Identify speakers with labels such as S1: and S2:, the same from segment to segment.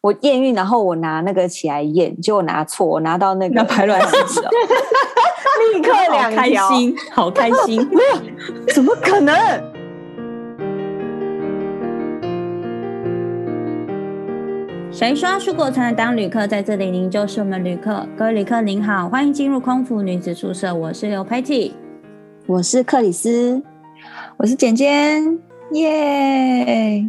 S1: 我验孕，然后我拿那个起来验，结果拿错，我拿到那个
S2: 要排卵试纸哦，
S3: 立刻
S2: 好
S3: 两
S2: 开
S3: 条。
S2: 心，好开心。
S1: 没有，怎么可能？
S2: 谁说出国才能当旅客？在这里，您就是我们旅客。各位旅客您好，欢迎进入空服女子宿舍，我是刘 Patty。
S1: 我是克里斯，
S4: 我是简简，耶！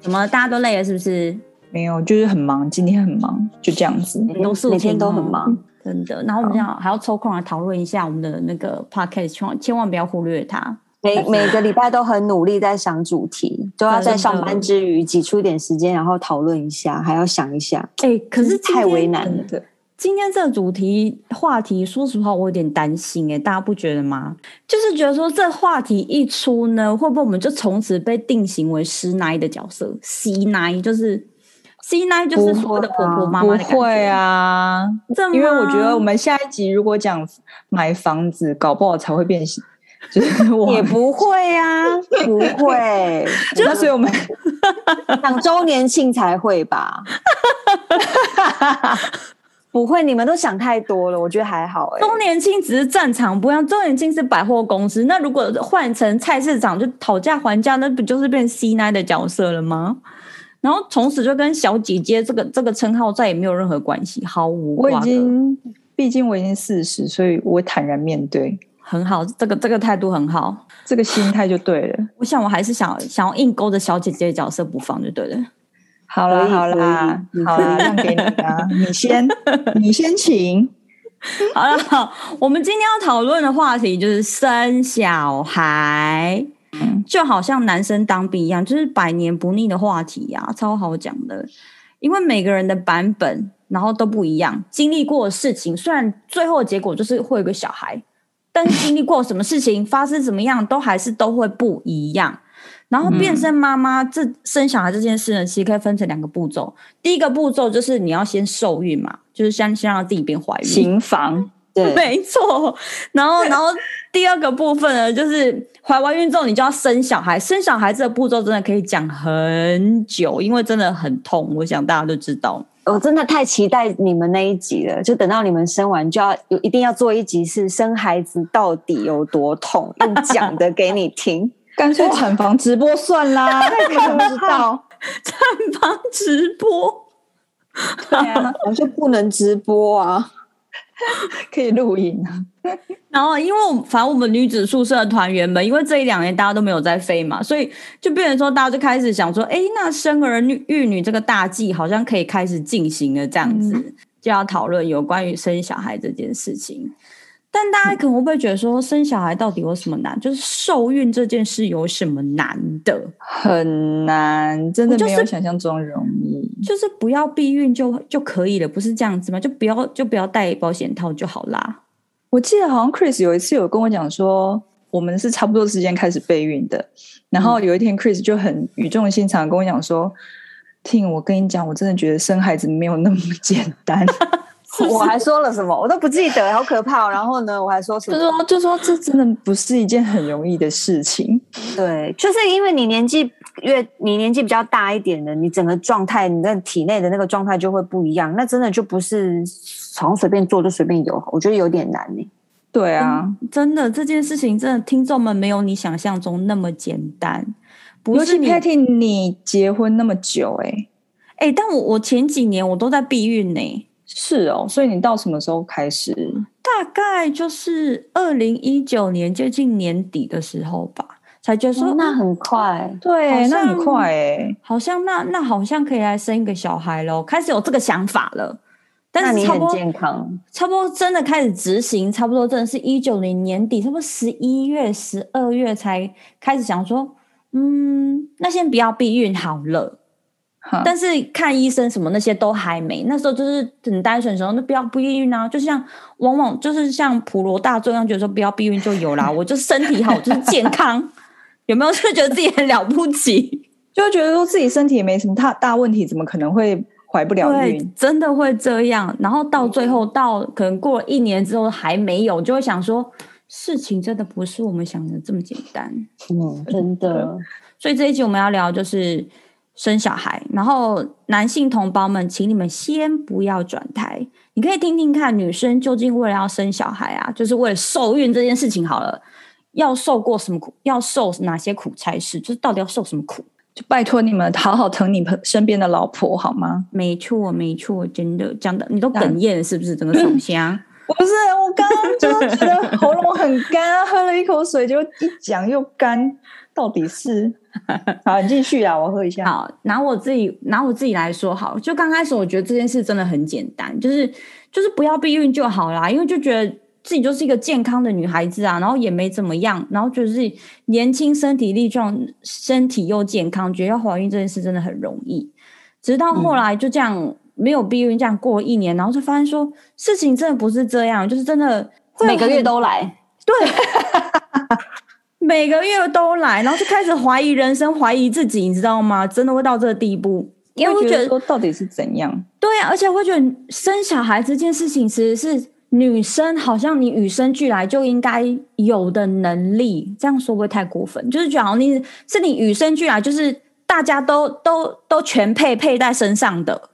S2: 怎么大家都累了是不是？
S4: 没有，就是很忙，今天很忙，就这样子。
S2: 都是
S1: 嗯每天都很忙，
S2: 嗯真的。然后我们要还要抽空来讨论一下我们的那个 podcast，千万千万不要忽略它。
S1: 每 每个礼拜都很努力在想主题，都要在上班之余挤出一点时间，然后讨论一下，还要想一下，
S2: 哎、可是今天
S1: 太为难了。
S4: 的，
S2: 今天这个主题话题，说实话，我有点担心哎、大家不觉得吗？就是觉得说这话题一出呢，会不会我们就从此被定型为师奶的角色？师奶就是师奶，就是所有的婆婆妈
S4: 不
S2: 妈的感觉，
S4: 会，啊，
S2: 真的吗
S4: 因为我觉得我们下一集如果讲买房子，搞不好才会变形， 就是我
S1: 也不会啊，不会，
S4: 那所以我们
S1: 两周年庆才会吧？ 不会，你们都想太多了，我觉得还好哎、
S2: 周年庆只是战场不一样，周年庆是百货公司，那如果换成菜市场，就讨价还价，那不就是变师奶的角色了吗？然后从此就跟小姐姐这个这个称号再也没有任何关系，毫无
S4: 我
S2: 瓜
S4: 已
S2: 葛。
S4: 经，毕竟我已经四十，所以我坦然面对
S2: 很好，这个这个态度很好。
S4: 这个心态就对了。
S2: 我想我还是想想要硬勾着小姐姐的角色不放就对了。
S4: 好
S1: 可
S4: 啦
S1: 以
S4: 好啦
S1: 可以
S4: 好啦，让给你啦，你先你先请。
S2: 好了，好我们今天要讨论的话题就是生小孩，就好像男生当兵一样，就是百年不腻的话题呀、超好讲的。因为每个人的版本，然后都不一样，经历过的事情，虽然最后的结果就是会有个小孩，但是经历过什么事情，发生什么样，都还是都会不一样。然后变身妈妈这生小孩这件事呢，其实可以分成两个步骤。第一个步骤就是你要先受孕嘛，就是先先让自己变怀孕，
S4: 行房，
S1: 对，
S2: 没错。然后，然后第二个部分呢，就是怀完孕之后，你就要生小孩。生小孩这个步骤真的可以讲很久，因为真的很痛，我想大家都知道。
S1: 我真的太期待你们那一集了，就等到你们生完就要有一定要做一集是生孩子到底有多痛，用讲的给你听。
S4: 干脆产房直播算啦，大家都知道。
S2: 探访直播，
S4: 对啊，
S1: 我就不能直播啊！
S4: 可以录影啊。
S2: 然后因为我们反正我们女子宿舍的团员们，因为这一两年大家都没有在飞嘛，所以就变成说大家就开始想说，哎，那生儿女育女这个大计好像可以开始进行了，这样子、就要讨论有关于生小孩这件事情。但大家可能会不会觉得说，生小孩到底有什么难？就是受孕这件事有什么难的？
S4: 很难，真的
S2: 我就
S4: 没有
S2: 是
S4: 想象中容易。
S2: 就是不要避孕就就可以了，不是这样子吗？就不要就不要戴保险套就好啦。
S4: 我记得好像 Chris 有一次有跟我讲说，我们是差不多时间开始备孕的，然
S2: 嗯
S4: 后有一天 Chris 就很语重心长地跟我讲说。听我跟你讲，我真的觉得生孩子没有那么简单。
S1: 我还说了什么，我都不记得，好可怕、哦。然后呢，我还说什
S4: 就
S1: 么？
S4: 说就说这真的不是一件很容易的事情。
S1: 对，就是因为你年纪越你年纪比较大一点的，你整个状态，你的体内的那个状态就会不一样。那真的就不是好像随便做就随便有，我觉得有点难欸呢、
S4: 对啊，
S2: 真的这件事情，真的听众们没有你想象中那么简单，不
S4: 尤
S2: 是
S4: 其
S2: 你
S4: Patty 你结婚那么久、欸，哎，
S2: 哎、但我我前几年我都在避孕呢、
S4: 是哦，所以你到什么时候开始？
S2: 大概就是二零一九年接近年底的时候吧，才觉得说、
S1: 哦那很快，
S4: 对，
S2: 好
S4: 那很
S2: 像
S4: 快哎、
S2: 好像那那好像可以来生一个小孩喽，开始有这个想法了。
S1: 那
S2: 但是
S1: 你
S2: 差不
S1: 很
S2: 多
S1: 健康。
S2: 差不多真的开始执行，差不多真的是一九年年底，差不多十一月、十二月才开始想说，嗯，那先不要避孕好了。
S4: 哈
S2: 但是看医生什么那些都还没，那时候就是很单纯说，那不要避孕啊，就像往往就是像普罗大众一样，觉得说不要避孕就有啦，我就身体好，我就是健康，有没有？就觉得自己很了不起，
S4: 就会觉得说自己身体也没什么大大问题，怎么可能会怀不了
S2: 对
S4: 孕？，
S2: 真的会这样。然后到最后，到可能过了一年之后还没有，就会想说，事情真的不是我们想的这么简单。
S1: 嗯，真的。
S2: 所以这一集我们要聊就是生小孩，然后男性同胞们，请你们先不要转台，你可以听听看，女生究竟为了要生小孩啊，就是为了受孕这件事情好了，要受过什么苦，要受哪些苦差事，就是到底要受什么苦？
S4: 就拜托你们好好疼你朋身边的老婆好吗？
S2: 没错，没错，真的讲的你都哽咽了是不是？整个手香。
S4: 不是，我刚刚就是觉得喉咙很干、啊，喝了一口水就一讲又干，到底 是？好，你继续啊，我喝一下。
S2: 好，拿我自己拿我自己来说好，就刚开始我觉得这件事真的很简单，就是就是不要避孕就好啦，因为就觉得自己就是一个健康的女孩子啊，然后也没怎么样，然后觉得自己年轻、身体力壮、身体又健康，觉得要怀孕这件事真的很容易。直到
S1: 嗯
S2: 后来就这样、没有避孕，这样过了一年，然后就发现说事情真的不是这样，就是真的会
S1: 每个月
S2: 很
S1: 都来，
S2: 每个月都来，然后就开始怀疑人生，怀疑自己，你知道吗？真的会到这个地步，因为
S4: 我
S2: 会
S4: 觉
S2: 觉
S4: 得
S2: 得
S4: 说到底是怎样？
S2: 对啊，而且会觉得生小孩这件事情其实是女生好像你与生俱来就应该有的能力，这样说会不会太过分？就是觉得好像你是你与生俱来，就是大家都都都全配配在身上的，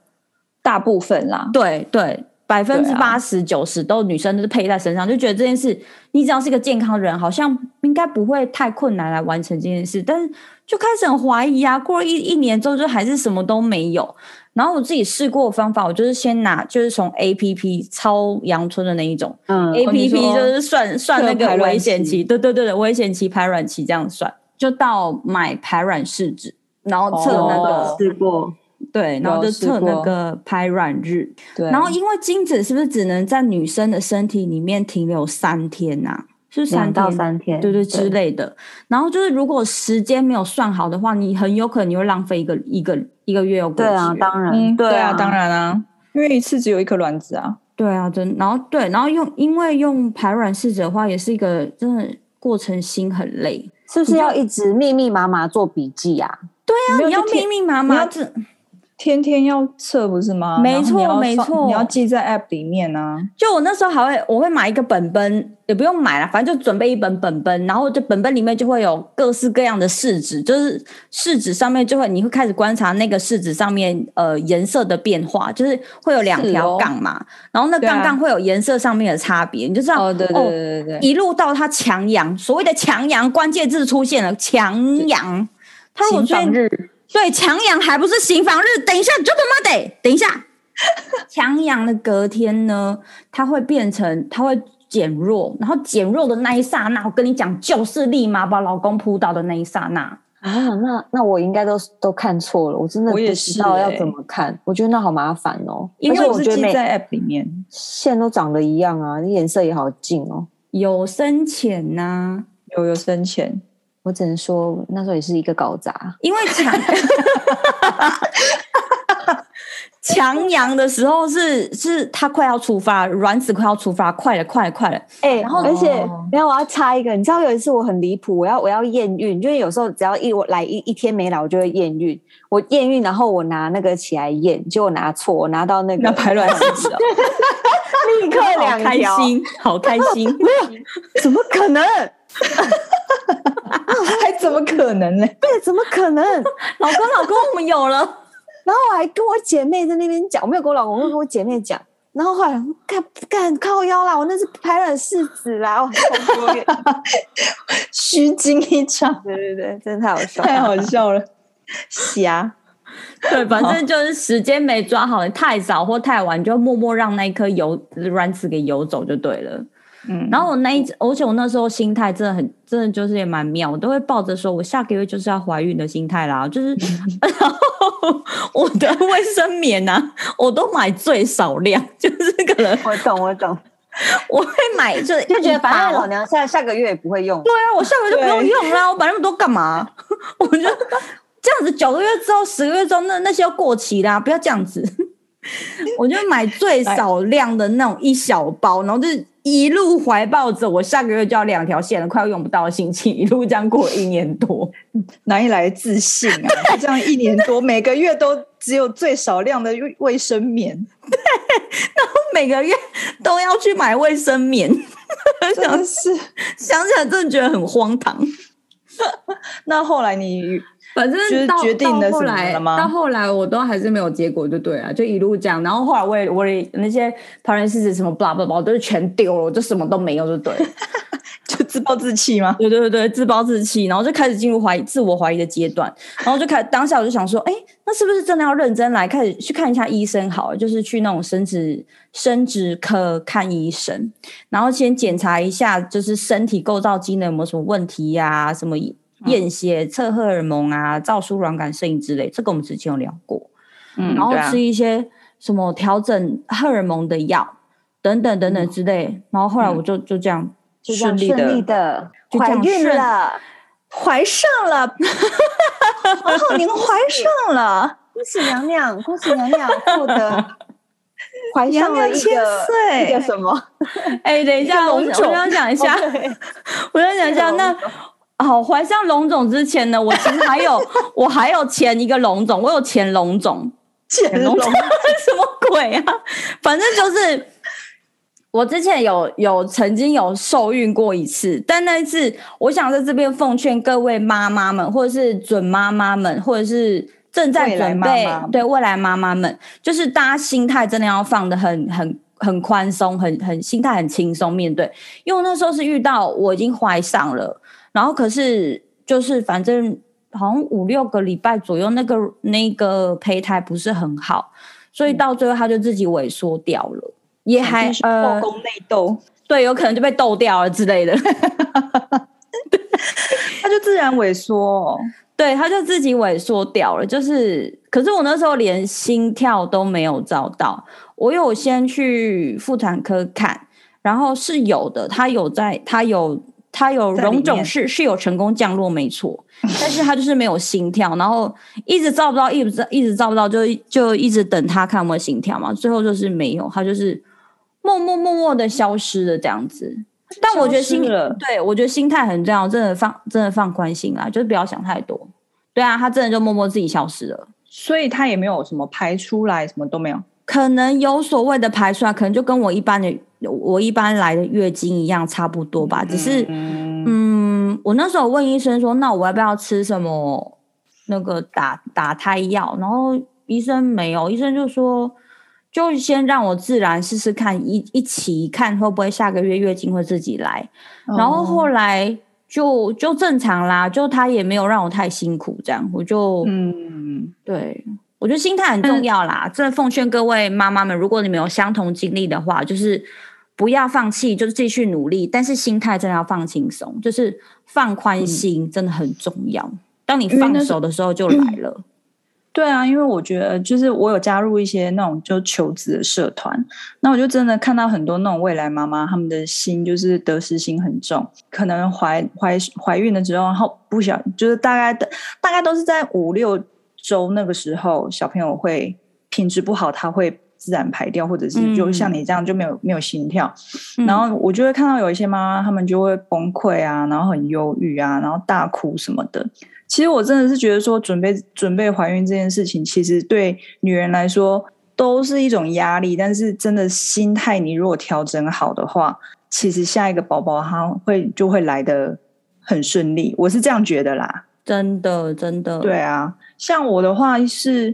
S4: 大部分啦，
S2: 对对。百分之
S4: 对
S2: 八
S4: 啊
S2: 十九十都女生都是配在身上，就觉得这件事，你只要是个健康的人，好像应该不会太困难来完成这件事。但是就开始很怀疑啊，过了一一年之后，就还是什么都没有。然后我自己试过的方法，我就是先拿，就是从 A P P 超阳春的那一种、
S1: 嗯
S2: A P
S4: 哦
S2: P，
S4: 你说
S2: 就是算算那
S4: 这个
S2: 个
S4: 排卵
S2: 危险
S4: 期
S2: 期，对对对对，危险期排卵期这样算，就到买排卵试纸，然后测那个、
S4: 哦
S1: 试过，
S2: 对，然后
S4: 有
S2: 就
S4: 试
S2: 测那
S4: 过
S2: 个排卵日，
S4: 对。
S2: 然后，因为精子是不是只能在女生的身体里面停留三天呐、是不是
S1: 两
S2: 三
S1: 到
S2: 天
S1: 三天，
S2: 对对之类的。然后就是，如果时间没有算好的话，你很有可能你会浪费一个一个一个月又过
S1: 对
S2: 去
S1: 啊
S2: 了，
S1: 当然，
S4: 嗯，对
S1: 啊，
S4: 当。然啊，因为一次只有一颗卵子啊。
S2: 对啊，真。然后对，然后用因为用排卵试纸的话，也是一个真的过程心很累。
S1: 是不是要一直密密麻麻做笔记啊？
S2: 对啊，
S4: 没有
S2: 你要
S4: 就填
S2: 密密麻
S4: 你
S2: 麻
S4: 要
S2: 这。
S4: 天天要测不是吗？
S2: 没
S4: 然后
S2: 错
S4: 你要
S2: 没
S4: 上
S2: 错
S4: 你要记在 App 里面啊。
S2: 就我那时候还会，我会买一个本本，也不用买了，反正就准备一本本本，然后就本本里面就会有各式各样的试纸，就是试纸上面就会你会开始观察那个试纸上面呃颜色的变化，就是会有两
S4: 是
S2: 条
S4: 哦
S2: 杠嘛，然后那
S4: 对啊
S2: 杠杠会有颜色上面的差别，你就知道
S4: 哦，对对对对对，
S2: 一路到它强阳，所谓的强阳关键字出现了，强阳，它我
S4: 行
S2: 最
S4: 房日
S2: 对，强阳还不是刑房日？等一下，就他妈得等一下。 强阳的隔天呢，它会变成，它会减弱，然后减弱的那一刹那，我跟你讲，就是立马把老公扑倒的那一刹那。
S1: 啊，那那我应该都都看错了，我真的
S4: 我
S1: 不
S4: 也
S1: 知道
S4: 是
S1: 要
S4: 欸
S1: 怎么看，我觉得那好麻烦哦，
S2: 因
S1: 而
S2: 为
S1: 且
S4: 我
S1: 我
S4: 是
S1: 觉得
S4: 记
S1: 每
S4: 在 App 里面，
S1: 线都长得一样啊，颜色也好近哦。
S2: 有深浅呐、
S4: 有有深浅，
S1: 我只能说那时候也是一个搞砸，
S2: 因为强 强阳的时候是是它快要出发，卵子快要出发，快了，快了，快了。
S1: 哎、
S2: 然后
S1: 而且
S4: 哦
S1: 没有，我要插一个，你知道有一次我很离谱，我要我要验孕，就是有时候只要一我来一一天没来，我就会验孕。我验孕，然后我拿那个起来验，结果拿错，我拿到那
S4: 那
S1: 个
S4: 排卵试纸啊，
S1: 立刻
S2: 好
S1: 两
S2: 开
S1: 条，
S2: 心，好开心。
S1: 怎么可能？
S4: 还怎么可能呢？
S1: 对，怎么可能？
S2: 老公，老公，我们有了。
S1: 然后我还跟我姐妹在那边讲，我没有跟我老公，我跟我姐妹讲。然后后来我说干干靠腰啦，我那是排卵试纸啦，我
S4: 虚惊一场，
S1: 对对对，真的太好笑了。
S4: 太好笑了，瞎。
S2: 对，反正就是时间没抓好，太早或太晚，就默默让那一颗游卵子给游走就对了。
S4: 嗯，
S2: 然后我那一，而且我那时候心态真的很，真的就是也蛮妙，我都会抱着说我下个月就是要怀孕的心态啦，就是 然后我的卫生棉呢、啊，我都买最少量，就是可能
S1: 我懂我懂，
S2: 我会买就
S1: 就觉得反正老
S2: 对
S1: 娘下下个月也不会用，
S2: 啊，我下个月就不用用啦，我买那么多干嘛？ 我就这样子，九个月之后、十个月之后，那那些要过期啦，不要这样子。 我就买最少量的那种一小包，然后就是一路怀抱着我下个月就要两条线了，快要用不到的心情，一路这样过了一年多。
S4: 哪里来的自信啊？就这样一年多，每个月都只有最少量的卫卫生棉，
S2: 每个月都要去买卫生棉，
S4: 真的是。
S2: 想起来真的觉得很荒唐。
S4: 那后来你
S3: 反
S4: 就是
S3: 正到
S4: 决定了
S3: 到后
S4: 什么
S3: 来
S4: 了吗
S3: 到后来我都还是没有结果，就对了，就一路这样。然后后来我也我也那些桃园狮子什么 blah blah blah 我都是全丢了，我就什么都没有，就对了。
S4: 就自暴自弃吗？
S2: 对对对，自暴自弃，然后就开始进入怀疑、自我怀疑的阶段，然后就开当下我就想说，哎，那是不是真的要认真来开始去看一下医生好了？就是去那种生殖生殖科看医生，然后先检查一下，就是身体构造机能有没有什么问题呀、什么
S1: 嗯
S2: 验血、测荷尔蒙啊、照输卵管摄影之类，这个我们之前有聊过。
S4: 嗯，
S2: 然后
S4: 对啊
S2: 吃一些什么调整荷尔蒙的药等等等等之类。然后后来我就就这样，
S1: 嗯就这样
S4: 顺利的
S1: 顺利的
S2: 就这
S1: 怀
S2: 样
S1: 孕
S2: 顺
S1: 了，
S4: 怀上了，
S1: 哦
S4: 皇后娘怀上了，
S1: 恭喜娘娘，恭喜娘娘获 得怀
S4: 娘
S1: 上了
S4: 娘
S1: 一
S4: 千
S1: 个一个
S4: 岁，
S1: 什 么？
S2: 哎、等一下，我
S4: 一个
S2: 想
S4: 龙种
S2: 我想讲 一下，
S1: 哦
S2: 我想讲一下，那哦好怀上龙种之前呢，我其实还有我还有前一个龙种，我有前龙种，
S4: 乾隆
S2: 龙什么鬼啊？ 反正就是我之前有有曾经有受孕过一次，但那一次我想在这边奉劝各位妈妈们，或者是准妈妈们，或者是正在
S4: 未来
S2: 准
S4: 妈
S2: 备
S4: 妈
S2: 对未来妈妈们，就是大家心态真的要放的很很。很宽松，很很心态很轻松面对，因为我那时候是遇到我已经怀上了，然后可是就是反正好像五六个礼拜左右，那个那个胚胎不是很好，所以到最后它就自己萎缩掉了，也还
S4: 就是后
S2: 呃
S4: 宫内斗，
S2: 对，有可能就被斗掉了之类的。
S4: 它就自然萎缩哦。
S2: 对，它就自己萎缩掉了。就是，可是我那时候连心跳都没有找到，我有先去妇产科看，然后是有的，它有在，它有。它有
S4: 在里
S2: 溶肿
S4: 面
S2: 是是有成功降落没错， 但是它就是没有心跳，然后一直照不到，一直照一直照不到，就就一直等它看有没有心跳嘛，最后就是没有，它就是默默默默的消失了这样子。但我觉得
S4: 消失
S2: 心
S4: 了
S2: 对我觉得心态很重要，真的放真的放宽心啦，就是不要想太多。对啊，他真的就默默自己消失了。
S4: 所以它也没有什么排出来，什么都没有。
S2: 可能有所谓的排出来，可能就跟我一般的我一般来的月经一样差不多吧。只是，
S4: 啊嗯，
S2: 嗯，我那时候问医生说，那我要不要吃什么那个打打胎药？然后医生没有，医生就说，就先让我自然试试看，一一起看会不会下个月月经会自己来。
S4: 哦
S2: 然后后来就就正常啦，就他也没有让我太辛苦，这样我就、
S4: 嗯，
S2: 对我觉得心态很重要啦。真的奉劝各位妈妈们，如果你们有相同经历的话，就是不要放弃，就是继续努力，但是心态真的要放轻松，就是放宽心，真的很重要。当你
S4: 因为
S2: 放
S4: 嗯那时
S2: 手的时候就来了，
S4: 对啊，因为我觉得就是我有加入一些那种就求职的社团，那我就真的看到很多那种未来妈妈，她们的心就是得失心很重，可能怀怀怀孕了之后，然后不小就是大概的大概都是在五六周那个时候，小朋友会品质不好，他会自然排掉，或者是就
S2: 嗯
S4: 像你这样就没有没有心跳，
S2: 嗯
S4: 然后我就会看到有一些妈妈，她们就会崩溃啊，然后很忧郁啊，然后大哭什么的。其实我真的是觉得说，准备准备怀孕这件事情，其实对女人来说都是一种压力。但是真的心态，你如果调整好的话，其实下一个宝宝他会就会来的很顺利。我是这样觉得啦。
S2: 真的真的
S4: 对啊，像我的话是，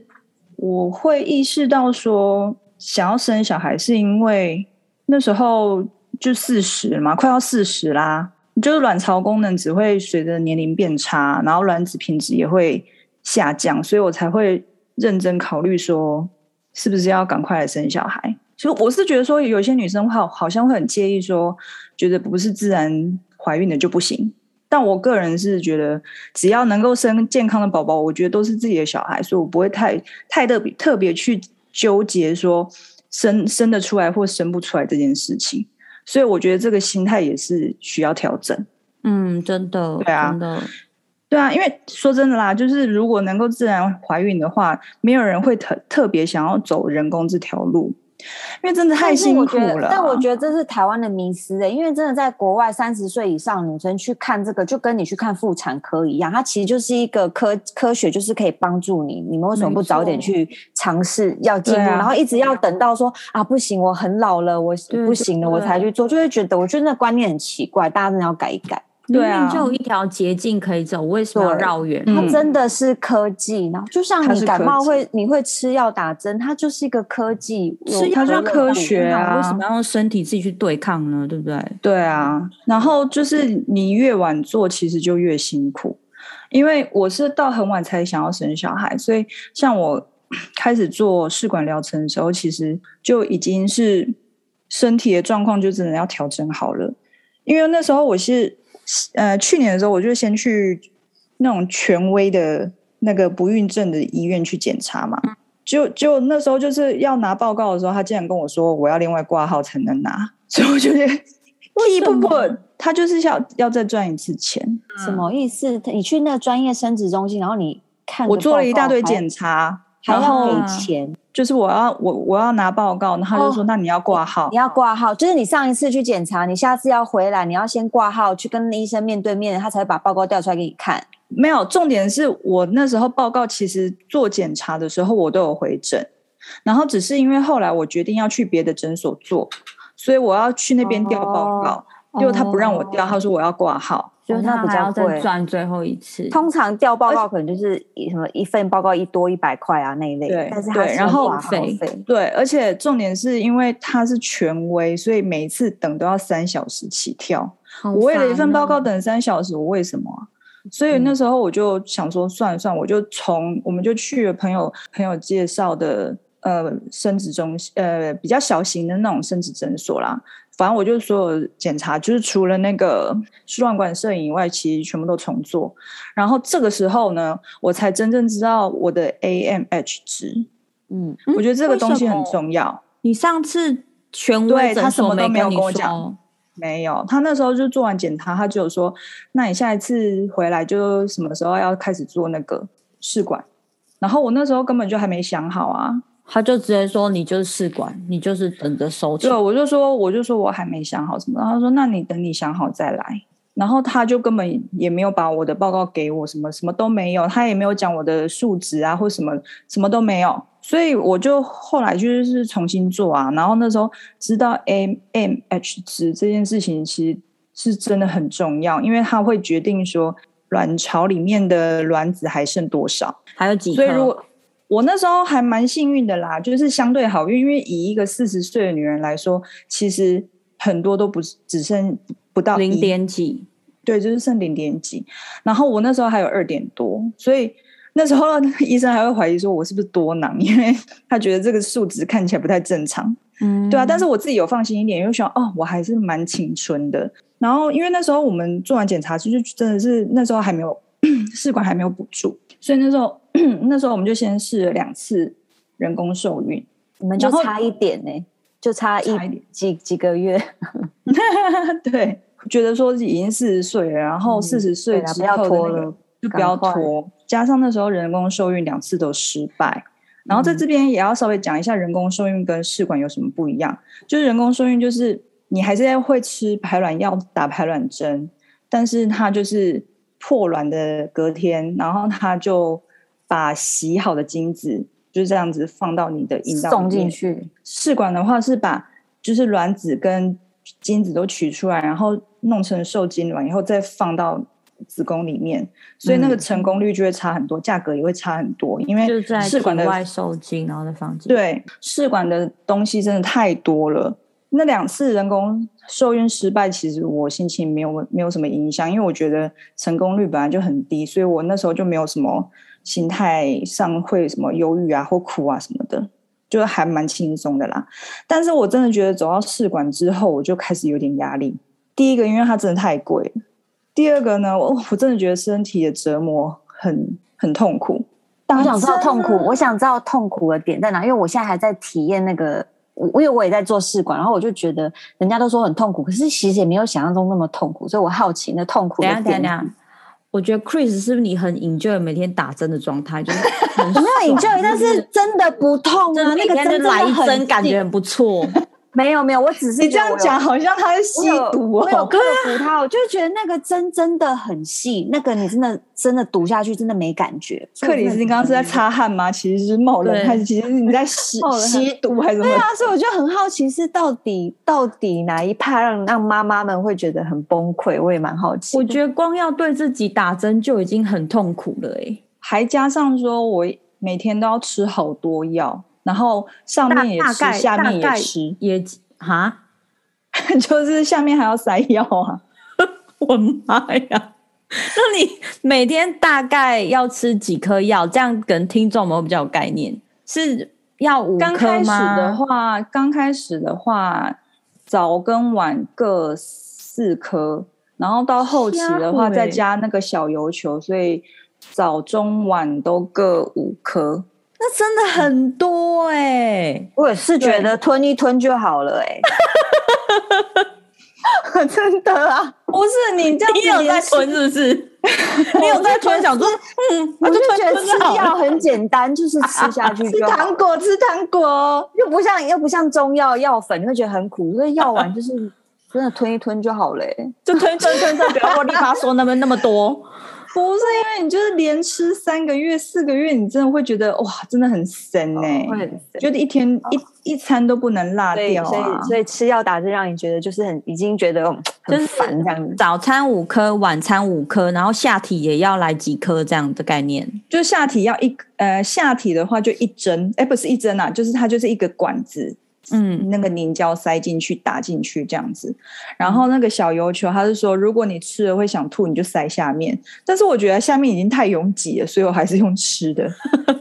S4: 我会意识到说想要生小孩，是因为那时候就四十嘛，快要四十啦，就是卵巢功能只会随着年龄变差，然后卵子品质也会下降，所以我才会认真考虑说是不是要赶快来生小孩。其实我是觉得说，有些女生好好像会很介意说，觉得不是自然怀孕的就不行。但我个人是觉得，只要能够生健康的宝宝，我觉得都是自己的小孩，所以我不会太太特别特别去纠结说生生得出来或生不出来这件事情。所以我觉得这个心态也是需要调整。
S2: 嗯真的
S4: 对啊
S2: 真的
S4: 对啊，因为说真的啦，就是如果能够自然怀孕的话，没有人会特特别想要走人工这条路，因为真的太
S1: 但是
S4: 辛
S1: 我
S4: 苦
S1: 觉得
S4: 了啊。
S1: 但我觉得这是台湾的迷思的、因为真的在国外，三十岁以上女生去看这个，就跟你去看妇产科一样，它其实就是一个科科学，就是可以帮助你。你们为什么不早点去尝试要进入，
S4: 对啊
S1: 然后一直要等到说啊不行，我很老了，我
S2: 对
S1: 不行了，
S2: 对
S1: 我才
S2: 对
S1: 去做，就会觉得我觉得那观念很奇怪，大家真的要改一改。
S4: 对啊
S2: 明明就有一条捷径可以走，为什么要
S1: 对
S2: 绕远
S4: 嗯
S2: 路？
S1: 它真的是科技，然后就像
S4: 它是
S1: 你感
S4: 科
S1: 冒
S4: 技
S1: 会，你会吃药打针，它就是一个科技，有
S2: 吃药
S1: 它
S4: 就
S1: 有
S4: 科
S1: 帮助
S4: 学
S2: 那我
S4: 啊
S2: 为什么要用身体自己去对抗呢？对不对？
S4: 对啊，然后就是你越晚做，其实就越辛苦。因为我是到很晚才想要生小孩，所以像我开始做试管疗程的时候，其实就已经是身体的状况就真的要调整好了。因为那时候我是呃去年的时候，我就先去那种权威的那个不孕症的医院去检查嘛。就就那时候就是要拿报告的时候，他竟然跟我说我要另外挂号才能拿，所以我就觉得 气不不，他就是要要再赚一次钱。
S1: 什么意思？你去那个专业生殖中心，然后你看
S4: 我
S1: 个
S4: 做
S1: 报
S4: 了一大
S1: 告
S4: 堆
S1: 还
S4: 检查，嗯
S1: 还
S4: 然
S1: 要
S4: 后
S1: 给钱，
S4: 就是我要我我要拿报告，然后他就说、
S1: 哦
S4: 那你要挂号
S1: 你。要挂号，就是你上一次去检查，你下次要回来，你要先挂号去跟医生面对面，他才会把报告调出来给你看。
S4: 没有，重点是我那时候报告其实做检查的时候我都有回诊，然后只是因为后来我决定要去别的诊所做，所以我要去那边调报
S1: 哦
S4: 告，结果他不让我调，他说我要挂号。
S2: 就是
S1: 那
S2: 他
S1: 比
S2: 还
S1: 较
S2: 要再
S1: 贵
S2: 赚最后一次。
S1: 通常调报告可能就是一什么一份报告一多一百块啊那一类，
S4: 对
S1: 但是
S4: 对
S1: 它是
S4: 然后
S1: 挂号
S2: 费
S1: 费，
S4: 对，而且重点是因为他是权威，所以每一次等都要三小时起跳。
S2: 好
S4: 我为了一份
S2: 烦
S4: 报
S2: 哦
S4: 告等三小时，我为什么啊、所以
S2: 嗯
S4: 那时候我就想说，算了算了，我就从我们就去了朋友朋友介绍的呃生殖中心，呃比较小型的那种生殖诊所啦。反正我就所有检查，就是除了那个输卵管摄影以外，其实全部都重做。然后这个时候呢，我才真正知道我的 AMH 值。
S1: 嗯，
S2: 嗯
S4: 我觉得这个东西
S2: 为什
S4: 很
S2: 么
S4: 重要。
S2: 你上次权
S4: 对
S2: 威
S4: 他
S2: 诊
S4: 什么
S2: 所
S4: 都
S2: 没
S4: 没有
S2: 你
S4: 跟我
S2: 说，
S4: 讲没有，他那时候就做完检查，他只有说，那你下一次回来就什么时候要开始做那个试管？然后我那时候根本就还没想好啊，
S2: 他就直接说你就是试管，你就是等着收钱
S4: 对，。我就说我就说我还没想好什么，然后他说那你等你想好再来。然后他就根本也没有把我的报告给我，什么什么都没有，他也没有讲我的数值啊，或什么什么都没有，所以我就后来就是重新做啊。然后那时候知道 M M H 值这件事情，其实是真的很重要，因为它会决定说卵巢里面的卵子还剩多少。
S2: 还有几颗？
S4: 所以如果我那时候还蛮幸运的啦，就是相对好运，因为以一个四十岁的女人来说，其实很多都不是只剩不到
S2: 零
S4: 一，
S2: 点几，
S4: 对，就是剩零点几。然后我那时候还有二点多，所以那时候 医生还会怀疑说我是不是多囊，因为 他觉得这个数值看起来不太正常。
S2: 嗯，
S4: 对啊，但是我自己有放心一点，因为想哦，我还是蛮青春的。然后因为那时候我们做完检查，就是真的是那时候还没有 试管还没有补助，所以那时候 那时候我们就先试了两次人工受孕，
S1: 你们就
S4: 然后
S1: 差一点呢、就差一
S4: 差一点
S1: 几几个月，
S4: 对，觉得说已经四十岁了，然后
S1: 嗯
S4: 四十岁
S1: 对啦
S4: 之
S1: 不要
S4: 后的
S1: 拖
S4: 那个
S1: 了
S4: 就不要
S1: 赶快
S4: 拖，加上那时候人工受孕两次都失败。然后在
S1: 嗯
S4: 这边也要稍微讲一下人工受孕跟试管有什么不一样。就是人工受孕，就是你还是会吃排卵药、打排卵针，但是它就是破卵的隔天，然后它就把洗好的精子就这样子放到你的阴道里
S1: 送进
S4: 面
S1: 去，
S4: 试管的话是把就是卵子跟精子都取出来，然后弄成受精卵，以后再放到子宫里面，所以那个成功率就会差很多，价格也会差很多，因为
S2: 嗯就是在
S4: 试管
S2: 体
S4: 的
S2: 外受精，然后再放进。，
S4: 对试管的东西真的太多了。那两次人工受孕失败，其实我心情没有没有什么影响，因为我觉得成功率本来就很低，所以我那时候就没有什么心态上会什么忧郁啊或哭啊什么的，就还蛮轻松的啦。但是我真的觉得走到试管之后，我就开始有点压力。第一个，因为它真的太贵了；第二个呢，哦我我真的觉得身体的折磨很很痛苦。
S1: 我想知道
S4: 打针
S1: 痛苦，我想知道痛苦的点在哪，因为我现在还在体验那个，我因为我也在做试管，然后我就觉得人家都说很痛苦，可是其实也没有想象中那么痛苦，所以我好奇那痛苦
S2: 等一
S1: 的
S2: 下
S1: 点。
S2: 等一下等一下，我觉得 Chris 是不是你很 enjoy 每天打针的状态？就是很
S1: 我没有
S2: 爽
S1: enjoy，但是真的不痛
S2: 真
S1: 啊，
S2: 的
S1: 那
S2: 每
S1: 个
S2: 天
S1: 针真
S2: 就
S1: 的
S2: 来一
S1: 很
S2: 针，感觉
S1: 紧
S2: 很不错。
S1: 没有没有，我只是
S4: 你这
S1: 觉得
S4: 样
S1: 我有
S4: 讲好像他是吸毒
S1: 我有我有
S4: 哦。
S1: 克服它，我就觉得那个针真的很细，那个你真的真的读下去真的没感觉。
S4: 克里斯汀刚刚是在擦汗吗？其实是冒冷
S2: 对
S4: 汗，其实是 你在吸
S1: 冒冷汗
S4: 吸毒还是什
S1: 对
S4: 么？
S1: 啊，所以我就很好奇，是到底到底哪一派让让妈妈们会觉得很崩溃？我也蛮好奇。
S2: 我觉得光要对自己打针就已经很痛苦了、欸，
S4: 还加上说我每天都要吃好多药，然后上面也
S2: 大大
S4: 吃，
S2: 概
S4: 下面
S2: 大
S4: 也
S2: 概
S4: 吃，
S2: 也哈，
S4: 就是下面还要塞药啊。
S2: 我妈呀！那你每天大概要吃几颗药？这样跟听众们会比较有概念，是要五
S4: 刚
S2: 颗
S4: 开始的
S2: 吗？
S4: 话，刚开始的话，早跟晚各四颗，然后到后期
S2: 吓
S4: 的话
S2: 唬欸
S4: 再加那个小油球，所以早中晚都各五颗。
S2: 那真的很多哎、欸，
S1: 我也是觉得吞一吞就好了、 哎，真的啊，
S4: 不是你这 样
S2: 你
S4: 子
S2: 有在
S4: 连
S2: 吞是不 是？你有在吞，想说 嗯，
S1: 我
S2: 那
S1: 啊就
S2: 吞
S1: 觉得
S2: 吞
S1: 吃
S2: 好了
S1: 药很简单，就是 吃下去
S4: 吃
S1: 就好
S4: 糖。果，吃糖果。
S1: 又不像又不像中药药粉，你会觉得很苦。所以药丸就是真的吞一吞就好了、哎
S2: 就吞吞吞吞，不要啰里吧嗦那么那么多。
S4: 不是因为你就是连吃三个月、四个月，你真的会觉得哇，真的很神呢、
S1: 哦会很神
S4: 觉得一天、一一餐都不能落
S1: 所以
S4: 掉
S1: 所
S4: 啊
S1: 以！所以吃药打针让你觉得就是很已经觉得嗯
S2: 就
S1: 很
S2: 是
S1: 烦这样子。
S2: 早餐五颗，晚餐五颗，然后下体也要来几颗这样的概念。
S4: 就下体要一呃，下体的话就一针，哎、不是一针啊，就是它就是一个管子，
S2: 嗯，
S4: 那个凝胶塞进去打进去这样子。然后那个小油球，它是说如果你吃了会想吐，你就塞下面。但是我觉得下面已经太拥挤了，所以我还是用 吃的。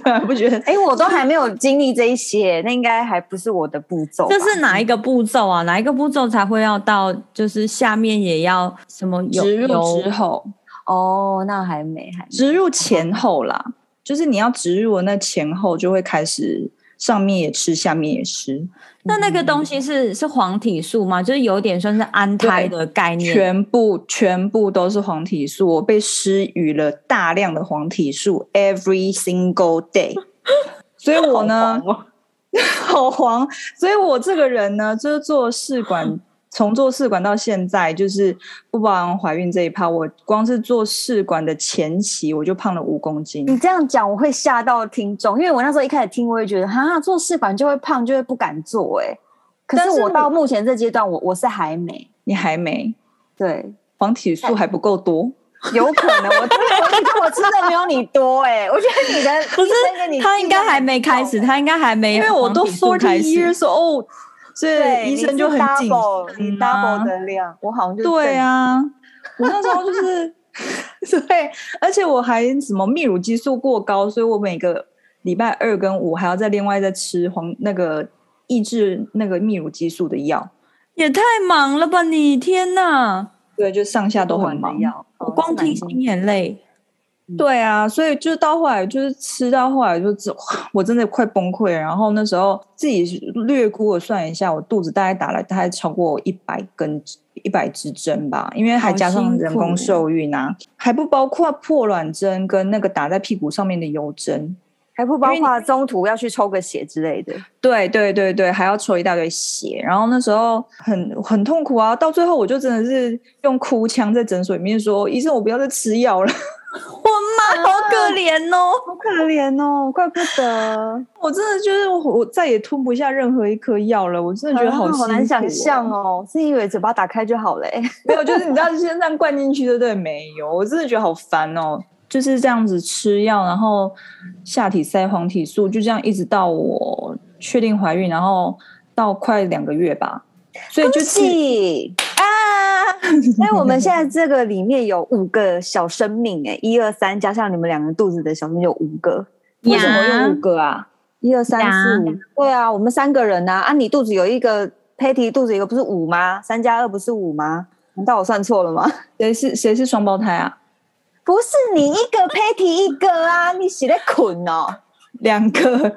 S4: 对啊，不觉得
S1: 哎、我都还没有经历这一些，那应该还不是我的步骤吧。
S2: 这是哪一个步骤啊？哪一个步骤才会要到？就是下面也要什么有
S4: 植入
S2: 有
S4: 之后？
S1: 哦，那还没还没
S4: 植入前后啦，就是你要植入的那前后就会开始上面也吃，下面也吃，
S2: 那那个东西是是黄体素吗？就是有点算是安胎的概念。
S4: 全部全部都是黄体素。我被施予了大量的黄体素，every single day。所以我呢， 好黄，所以我这个人呢，就是做试管，从做试管到现在，就是不包含怀孕这一趴，我光是做试管的前期，我就胖了五公斤。
S1: 你这样讲，我会吓到听众，因为我那时候一开始听，我也觉得哈，做试管就会胖，就会不敢做、哎，可
S4: 但
S1: 是
S4: 是
S1: 我
S4: 我
S1: 到目前这阶段，我我是还没
S4: 你还没，
S1: 对，
S4: 黄体素还不够多。
S1: 有可能我 我觉得我吃的没有你多、哎，我觉得你的
S2: 不是
S1: 医生跟你
S2: 他应该还没开
S1: 不
S2: 始，
S1: 一样
S2: 他应该还没，
S4: 因 为我都 forty。years old，所哦
S1: 对
S4: 以医生就很
S1: 你
S4: 紧
S1: 是 double 你
S4: 嗯啊
S1: double 的量，我好像就
S4: 对啊，我那时候就是 对，而且我还什么泌乳激素过高，所以我每个礼拜二跟五还要再另外再吃黄那个抑制那个泌乳激素的药。
S2: 也太忙了吧你！天哪，
S4: 对，就上下都
S1: 正
S4: 很
S1: 正
S4: 忙
S1: 完的。药，
S2: 我
S1: 哦
S2: 光
S1: 是蛮
S2: 听
S1: 辛苦
S2: 心眼泪。
S4: 对啊，所以就是到后来，就是吃到后来就是哇我真的快崩溃了。然后那时候自己略估我算一下，我肚子大概打了大概超过一百根一百支针吧，因为还加
S2: 好
S4: 上
S2: 辛苦欸
S4: 人工受孕啊，还不包括破卵针跟那个打在屁股上面的油针。
S1: 还不包
S4: 因为
S1: 括中途要去抽个血之类的。
S4: 对对对对，还要抽一大堆血，然后那时候很很痛苦啊，到最后我就真的是用哭腔在诊所里面说：“医生，我不要再吃药了。”
S2: 我妈好可怜哦！
S1: 好可怜哦，怪不得，
S4: 我真的就是我，我再也吞不下任何一颗药了。我真的觉得
S1: 啊
S4: 辛苦、
S1: 好难想象
S4: 哦。
S1: 哦，自己以为嘴巴打开就好了、欸，
S4: 没有，就是你知道，就是这样灌进去，对不对？没有，我真的觉得好烦哦。就是这样子吃药，然后下体塞黄体素，就这样一直到我确定怀孕，然后到快两个月吧。所 以就
S1: 就是 啊！所以我们现在这个里面有五个小生命、欸，哎，一二三加上你们两个肚子的小生命有五个，
S4: 为什么
S2: 呀
S4: 有五个啊？
S1: 一二三
S2: 呀
S1: 四五，对啊，我们三个人呐、啊，啊，你肚子有一个，Patty 肚子有一个不是五吗？三加二不是五吗？难道我算错了吗？
S4: 谁是谁是双胞胎啊？
S1: 不是你一个 Patty 一个啊，你写在捆哦。
S4: 两个，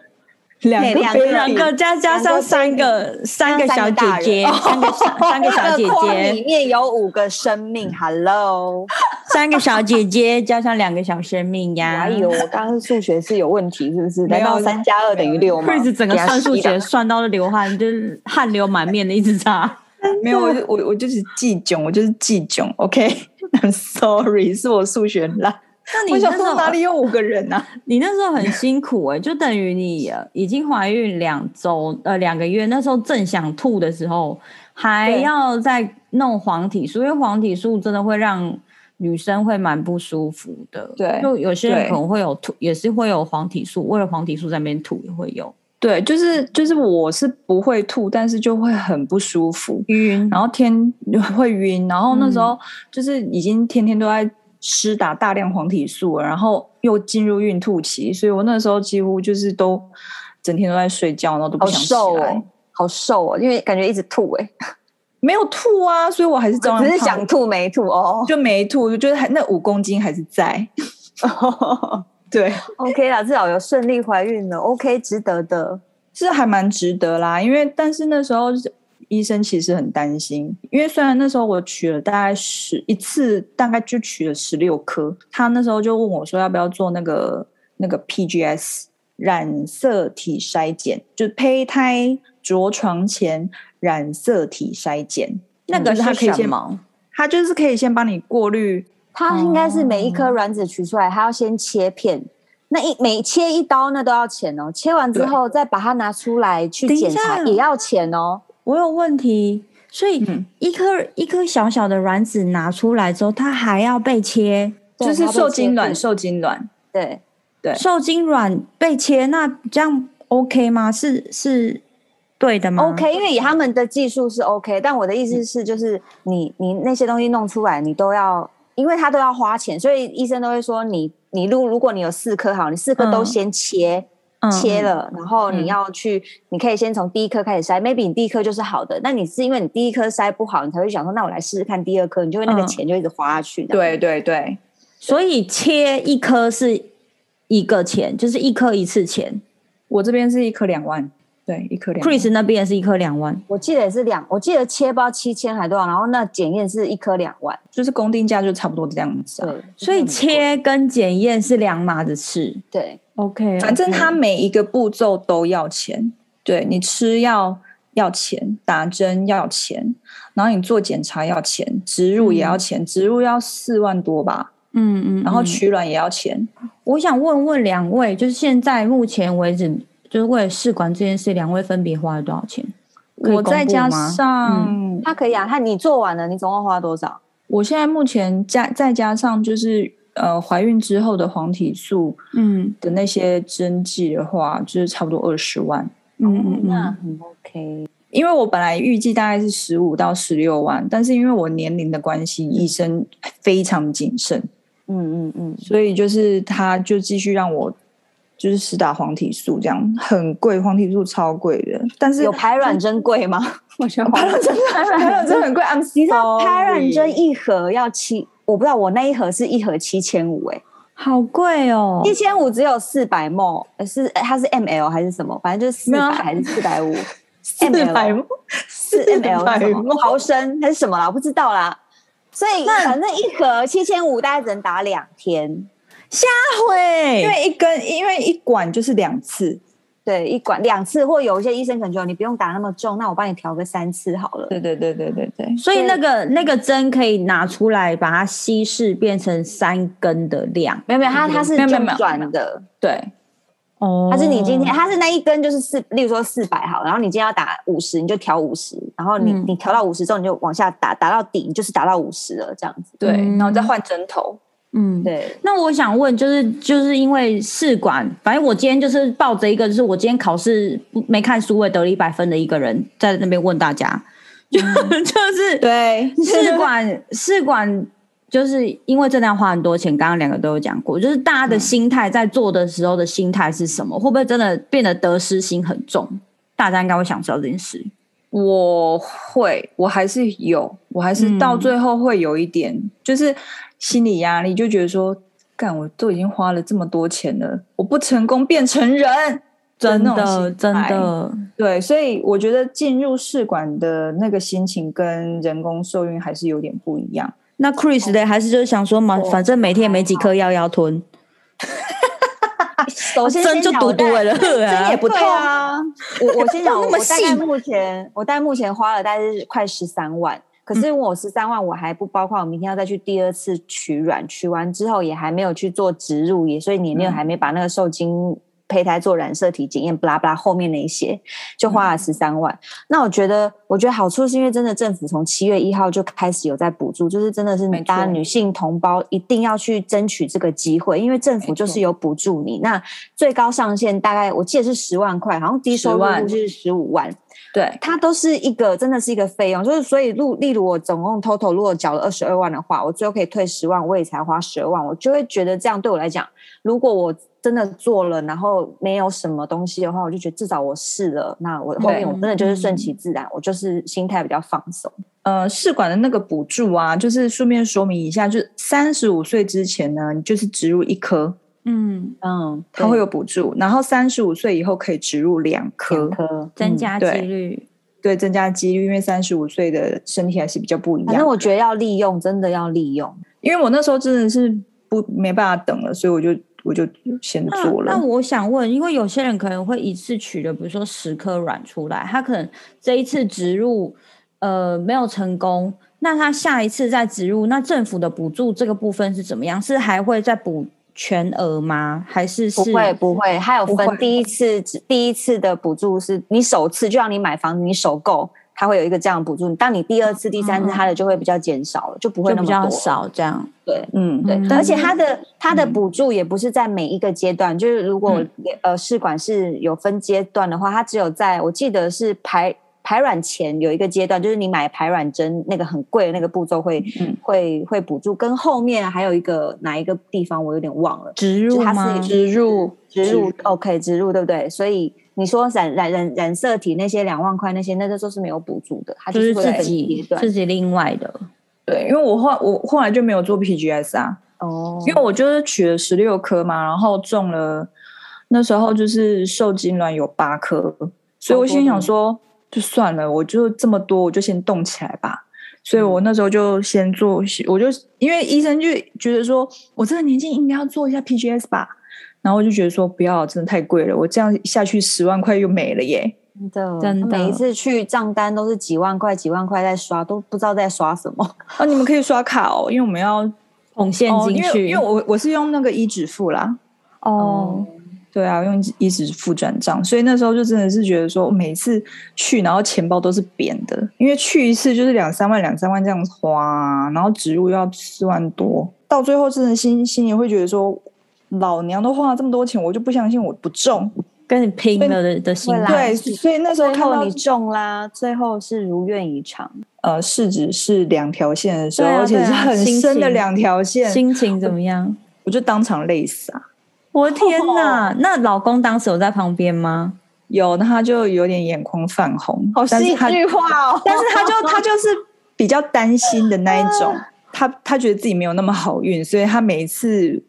S4: 两
S1: 对
S4: 个
S1: 两
S4: 啊 baby
S1: 个
S2: 两个加加上三个三个小姐姐，三个小 三个小姐
S1: 这个框里
S2: 姐，
S1: 面有五个生命，Hello，
S2: 三个小姐姐加上两个小生命 呀
S1: 哎。呦，我刚刚数学是有问题，是不是？
S4: 没
S1: 难
S4: 有
S1: 道三加二等于六吗
S2: Chris 整个
S1: 给他
S2: 算数
S1: 吸的
S2: 学算到流汗，就是汗流满面的一直擦。
S4: 没
S1: 啊
S4: 有，我就我我就是记囧，我就是记囧。OK，I'm、sorry，是我数学烂。
S2: 那你
S4: 我
S2: 那
S4: 想
S2: 时
S4: 说
S2: 候
S4: 哪里有五个人啊？
S2: 你那时候很辛苦哎、就等于你呃已经怀孕两周呃两个月，那时候正想吐的时候，还
S4: 对
S2: 要再弄黄体素，因为黄体素真的会让女生会蛮不舒服的。
S4: 对
S2: 就有些人
S4: 对
S2: 可能会有吐，也是会有黄体素，为了黄体素在那边吐也会有
S4: 对，就是就是我是不会吐，但是就会很不舒服，
S2: 晕。
S4: 然后天会晕，然后那时候就是已经天天都在施打大量黄体素了，然后又进入孕吐期，所以我那时候几乎就是都整天都在睡觉，然后都
S1: 好
S4: 不想起
S1: 瘦
S4: 来，
S1: 哦，好瘦哦，因为感觉一直吐哎、
S4: 没有吐啊，所以我还是照样
S1: 只是
S4: 胖
S1: 想吐没吐哦。
S4: 就没吐，就是还那五公斤还是在， 对，
S1: 哦 OK 啦，至少有顺利怀孕了，OK 值得的。
S4: 是还蛮值得啦，因为但是那时候是医生其实很担心，因为虽然那时候我取了大概十一次，大概就取了十六颗，他那时候就问我说要不要做那个那个 PGS 染色体筛检，就是胚胎着床前染色体筛检，
S1: 嗯
S2: 那个
S4: 就是他可以
S2: 是什
S4: 先，
S2: 么？
S4: 他就是可以先帮你过滤，
S1: 它应该是每一颗卵子取出来，它要先切片，那一每切一刀那都要钱哦。切完之后再把它拿出来去
S2: 等一
S1: 检查
S2: 下
S1: 也要钱哦。
S2: 我有问题，所以
S4: 嗯
S2: 一颗、一颗小小的卵子拿出来之后，它还要被切。
S1: 对
S4: 就是
S1: 它被
S4: 受
S1: 切
S4: 精卵，
S1: 片
S4: 受精卵。
S1: 对，
S4: 对
S2: 受精卵被切，那这样 OK 吗？是是对的吗嗯
S1: OK，因为以他们的技术是 OK，但我的意思是，就是你你那些东西弄出来，你都要，因为它都要花钱，所以医生都会说你你如如果你有四颗好，你四颗都
S2: 嗯
S1: 先切。
S2: 嗯
S1: 切了，然后
S4: 嗯
S1: 你要去，你可以先从第一颗开始筛，maybe 你第一颗就是好的，那你是因为你第一颗筛不好，你才会想说，那我来试试看第二颗，你就会那个
S2: 嗯
S1: 钱就一直花下去。这样，
S4: 对对对，
S2: 所以切一颗是一个钱，就是一颗一次钱。
S4: 我这边是一颗两万，对，一颗两万。
S2: Chris 那边也是一颗两万，
S1: 我记得也是两，我记得切包七千还多少，然后那检验是一颗两万，
S4: 就是公定价就差不多这样子、啊。
S1: 对，
S2: 所以切跟检验是两码子事。
S1: 对
S2: OK，
S4: 反正它每一个步骤都要钱，对你吃药要钱，打针要钱，然后你做检查要钱，植入也要钱，植入要四万多吧，
S2: 嗯嗯，
S4: 然后
S2: 嗯
S4: 取卵也要钱。
S2: 我想问问两位，就是现在目前为止，就是为了试管这件事，两位分别花了多少钱？可以
S4: 我
S2: 公
S4: 再
S2: 布
S4: 加
S2: 吗嗯
S4: 上、
S1: 它可以啊，它你做完了，你总共花多少？
S4: 我现在目前加再加上就是呃怀孕之后的黄体素
S2: 嗯
S4: 的那些针剂的话，就是差不多二十万。
S2: 嗯嗯
S1: 哦那
S2: 嗯，
S1: 很 OK，
S4: 因为我本来预计大概是十五到十六万，但是因为我年龄的关系，医生非常谨慎，
S1: 嗯嗯嗯，
S4: 所以就是他就继续让我就是实打黄体素，这样很贵，黄体素超贵的，但是
S1: 有排卵针贵吗？我觉得排卵针，排
S4: 排卵针很贵，I'm
S1: 你知道 排卵
S4: sorry
S1: 针一盒要七，我不知道我那一盒是一盒七千五哎，
S2: 好贵哦
S1: 一！千五只有四百 ml，呃是呃它是 ml 还是什么？反正就是四
S4: 没有
S1: 百
S4: 啊
S1: 还是四百五，
S4: 四百
S1: 400
S4: 四
S1: 是 ml 是什么
S4: 百
S1: 毫升还是什么啦？我不知道啦。所以反正一盒七千五，大概只能打两天，
S2: 会
S4: 因为一根因为一管就是两次，
S1: 对，一管两次，或有一些医生可能觉得你不用打那么重，那我帮你调个三次好了。
S4: 对对对对对对，
S2: 所以那个那个针可以拿出来，把它稀释变成三根的量。
S1: 没有没有，它它是
S4: 没有没有
S1: 正
S4: 没有
S1: 转的，
S4: 对
S2: 哦
S1: 它是你今天它是那一根就是四，例如说四百好，然后你今天要打五十，你就调五十，然后你、
S2: 嗯
S1: 你调到五十之后，你就往下打，打到底，你就是打到五十了这样子。
S4: 对，
S2: 嗯
S4: 然后再换针头，
S2: 嗯。
S1: 对，
S2: 那我想问，就是就是因为试管，反正我今天就是抱着一个，就是我今天考试不没看书，我也得了一百分的一个人，在那边问大家，就 就是
S4: 对，
S2: 试管试管就是因为真的要花很多钱，刚刚两个都有讲过，就是大家的心态在做的时候的心态是什么？会不会真的变得得失心很重？大家应该会想知道这件事。
S4: 我会，我还是有，我还是
S2: 嗯
S4: 到最后会有一点，就是心理压力，就觉得说，干，我都已经花了这么多钱了，我不成功变成人，
S2: 真
S4: 那种
S2: 的
S4: 心
S2: 真
S4: 态
S2: 的，
S4: 对，所以我觉得进入试管的那个心情跟人工受孕还是有点不一样。
S2: 那 Chris 嘞，还是就是想说嘛，反正每天也没几颗药要吞，
S1: 首哦先
S2: 针就
S1: 脑
S2: 嘟嘟
S1: 袋
S2: 了，
S1: 针也不痛
S4: 对
S1: 啊！我我先讲，
S2: 那
S1: 我
S2: 么
S1: 大
S2: 细
S1: 概目前我大概目前花了大概是快十三万，可是我十三万我还不包括我明天要再去第二次取卵，取完之后也还没有去做植入，也所以你也没有、还没把那个受精胚胎做染色体检验，不拉不拉后面那一些就花了十三万。那我觉得，我觉得好处是因为真的政府从七月一号就开始有在补助，就是真的是
S4: 没错
S1: 大家女性同胞一定要去争取这个机会，因为政府就是有补助你。那最高上限大概我记得是十万块，好像低收入
S4: 10万
S1: 户是十五万，
S4: 对，
S1: 它都是一个真的是一个费用。就是所以，如例如我总共 total 如果缴了二十二万的话，我最后可以退十万，我也才花十二万，我就会觉得这样对我来讲，如果我真的做了，然后没有什么东西的话，我就觉得至少我试了，那我后面我真的就是顺其自然，我就是心态比较放松。
S4: 呃，试管的那个补助啊，就是顺便说明一下，就是三十五岁之前呢，你就是植入一颗，
S2: 嗯，
S1: 嗯，
S4: 它会有补助，然后三十五岁以后可以植入两颗
S1: 两，颗
S2: 增。加几
S4: 对
S2: 率。
S4: 对，增加几率，因为三十五岁的身体还是比较不一
S1: 反
S4: 样
S1: 正。我觉得要利用，真的要利用。
S4: 因为我那时候真的是不没办法等了，所以我就我就先
S2: 那
S4: 做
S2: 那
S4: 了。
S2: 我想问，因为有些人可能会一次取了，比如说十颗卵出来，他可能这一次植入呃没有成功，那他下一次再植入，那政府的补助这个部分是怎么样？是还会再补全额吗？还是
S1: 不
S2: 是
S1: 会不会，还有
S4: 不会
S1: 分第一次第一次的补助是你首次，就像你买房子你首购，它会有一个这样的补助。当你第二次、第三次，它的就会比较减少了，就不会
S2: 嗯就
S1: 那
S2: 比
S1: 么
S2: 较
S1: 多。
S2: 少这样？
S1: 对
S4: 嗯，
S1: 对，
S2: 嗯
S1: 而且它的它的补助也不是在每一个阶段，就是如果
S2: 嗯
S1: 呃试管是有分阶段的话，它只有在我记得是排。排卵前有一个阶段，就是你买排卵针那个很贵的那个步骤会、
S4: 嗯
S1: 会会补助，跟后面还有一个哪一个地方我有点忘了，
S2: 植入
S1: 就它
S2: 吗
S1: 是？
S4: 植入
S1: 植入 OK 植入对不对？所以你说染染染染色体那些两万块那些，那个都是没有补助的，它
S2: 就是是
S1: 会有
S2: 自
S1: 分阶
S2: 己哦
S1: 段
S2: 自己另外的，
S4: 对，因为我后我后来就没有做 PGS 啊，
S1: 哦
S4: 因为我就是取了十六颗嘛，然后中了，那时候就是受精卵有八颗，所以我心想说，就算了，我就这么多，我就先动起来吧。所以我那时候就先做，我就因为医生就觉得说我这个年纪应该要做一下 PGS 吧，然后我就觉得说不要，真的太贵了，我这样下去十万块又没了耶。
S1: 真的
S2: 真的
S1: 每一次去账单都是几万块几万块在刷，都不知道在刷什 么。
S4: 哦，你们可以刷卡哦，因为我们要
S2: 捧现
S4: 哦，
S2: 金
S4: 因为
S2: 去
S4: 因为我我是用那个一指付啦，
S2: 哦，
S4: 对啊，用一直付转账，所以那时候就真的是觉得说，每次去然后钱包都是扁的，因为去一次就是两三万、两三万这样花啊，然后植入要四万多，到最后真的心心里会觉得说，老娘都花了这么多钱，我就不相信我不中。
S2: 跟你拼了的的心
S1: 会啦
S2: 态
S4: 对，所以那时候
S1: 最
S4: 看
S1: 后
S4: 到
S1: 你中啦，最后是如愿以偿。
S4: 呃市值是两条线的时候，
S2: 对啊
S4: 而且
S2: 对啊
S4: 是很
S2: 心
S4: 深的
S2: 情
S4: 两条线，
S2: 心情怎么样？
S4: 我就当场累死啊！
S2: 我的天哪！那老公当时有在旁边吗？
S4: 有，那他就有点眼眶泛红，但是他
S1: 化哦
S4: 但是他就他就是比较担心的那一种，他他觉得自己没有那么好运，所以他每一次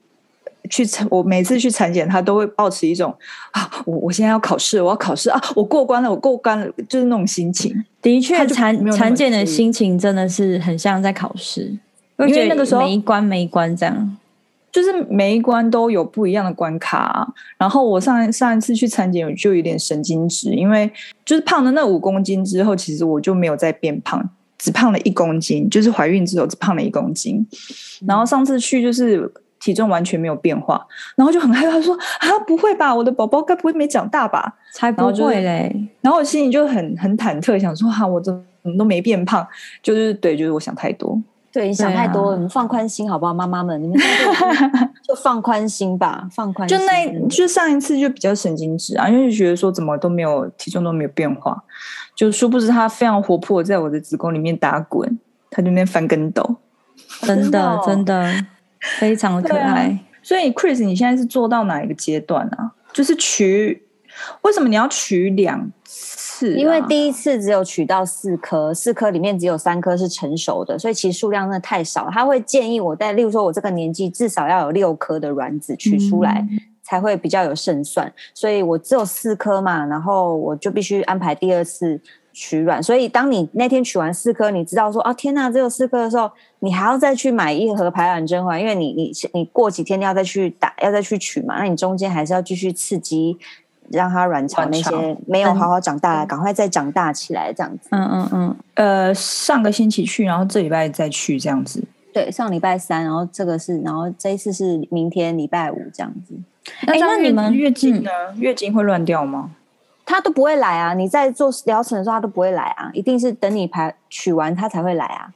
S4: 去产，我每次去产检，他都会保持一种啊，我我现在要考试，我要考试啊，我过关了，我过关了，就是那种心情。
S2: 的
S4: 他
S2: 确，
S4: 就没有
S2: 产
S4: 那么
S2: 产检
S4: 注
S2: 的
S4: 意
S2: 心情真的是很像在考试，
S4: 因为
S2: 会觉得
S4: 那个时候
S2: 每一关每一关这样。
S4: 就是每一关都有不一样的关卡啊、然后我上上一次去产检，我就有点神经质，因为就是胖了那五公斤之后，其实我就没有再变胖，只胖了一公斤，就是怀孕之后只胖了一公斤。然后上次去就是体重完全没有变化，然后就很害怕说啊，不会吧，我的宝宝该不会没长大吧？
S2: 才
S4: 然
S2: 不
S4: 后就是
S2: 会嘞！
S4: 然后我心里就很很忐忑，想说哈、我怎么都没变胖，就是对，就是我想太多。
S1: 对你想
S2: 对
S1: 太
S2: 啊
S1: 多了，你放宽心好不好，妈妈们，你们 就放宽心吧，放宽
S4: 就
S1: 心。
S4: 那一，就上一次就比较神经质啊，因为就觉得说怎么都没有体重都没有变化，就殊不知他非常活泼，在我的子宫里面打滚，他就在那边翻跟斗。
S2: 真
S1: 的
S2: 的
S1: 哦
S2: 真的非常的可
S4: 对啊
S2: 爱。
S4: 所以 Chris，你现在是做到哪一个阶段啊？就是取，为什么你要取两次啊、
S1: 因为第一次只有取到四颗，四颗里面只有三颗是成熟的，所以其实数量真的
S4: 嗯
S1: 太少了。他会建议我在，例如说我这个年纪至少要有六颗的卵子取出来，才会比较有胜算。所以我只有四颗嘛，然后我就必须安排第二次取卵。所以当你那天取完四颗，你知道说啊天呐，只有四颗的时候，你还要再去买一盒排卵针环，因为你你你过几天要再去打，要再去取嘛，那你中间还是要继续刺激。让它卵巢嗯那些没有好好长大，赶快再长大起来，这样子。
S4: 嗯嗯嗯，呃，上个星期去，然后这礼拜再去这样子。
S1: 对，上礼拜三，然后这个是，然后这一次是明天礼拜五这样子。
S4: 哎，
S2: 那
S4: 那
S2: 你
S4: 你
S2: 们
S4: 们月经呢？月经会乱掉吗？
S1: 他都不会来啊！你在做疗程的时候，他都不会来啊，一定是等你排取完他才会来啊。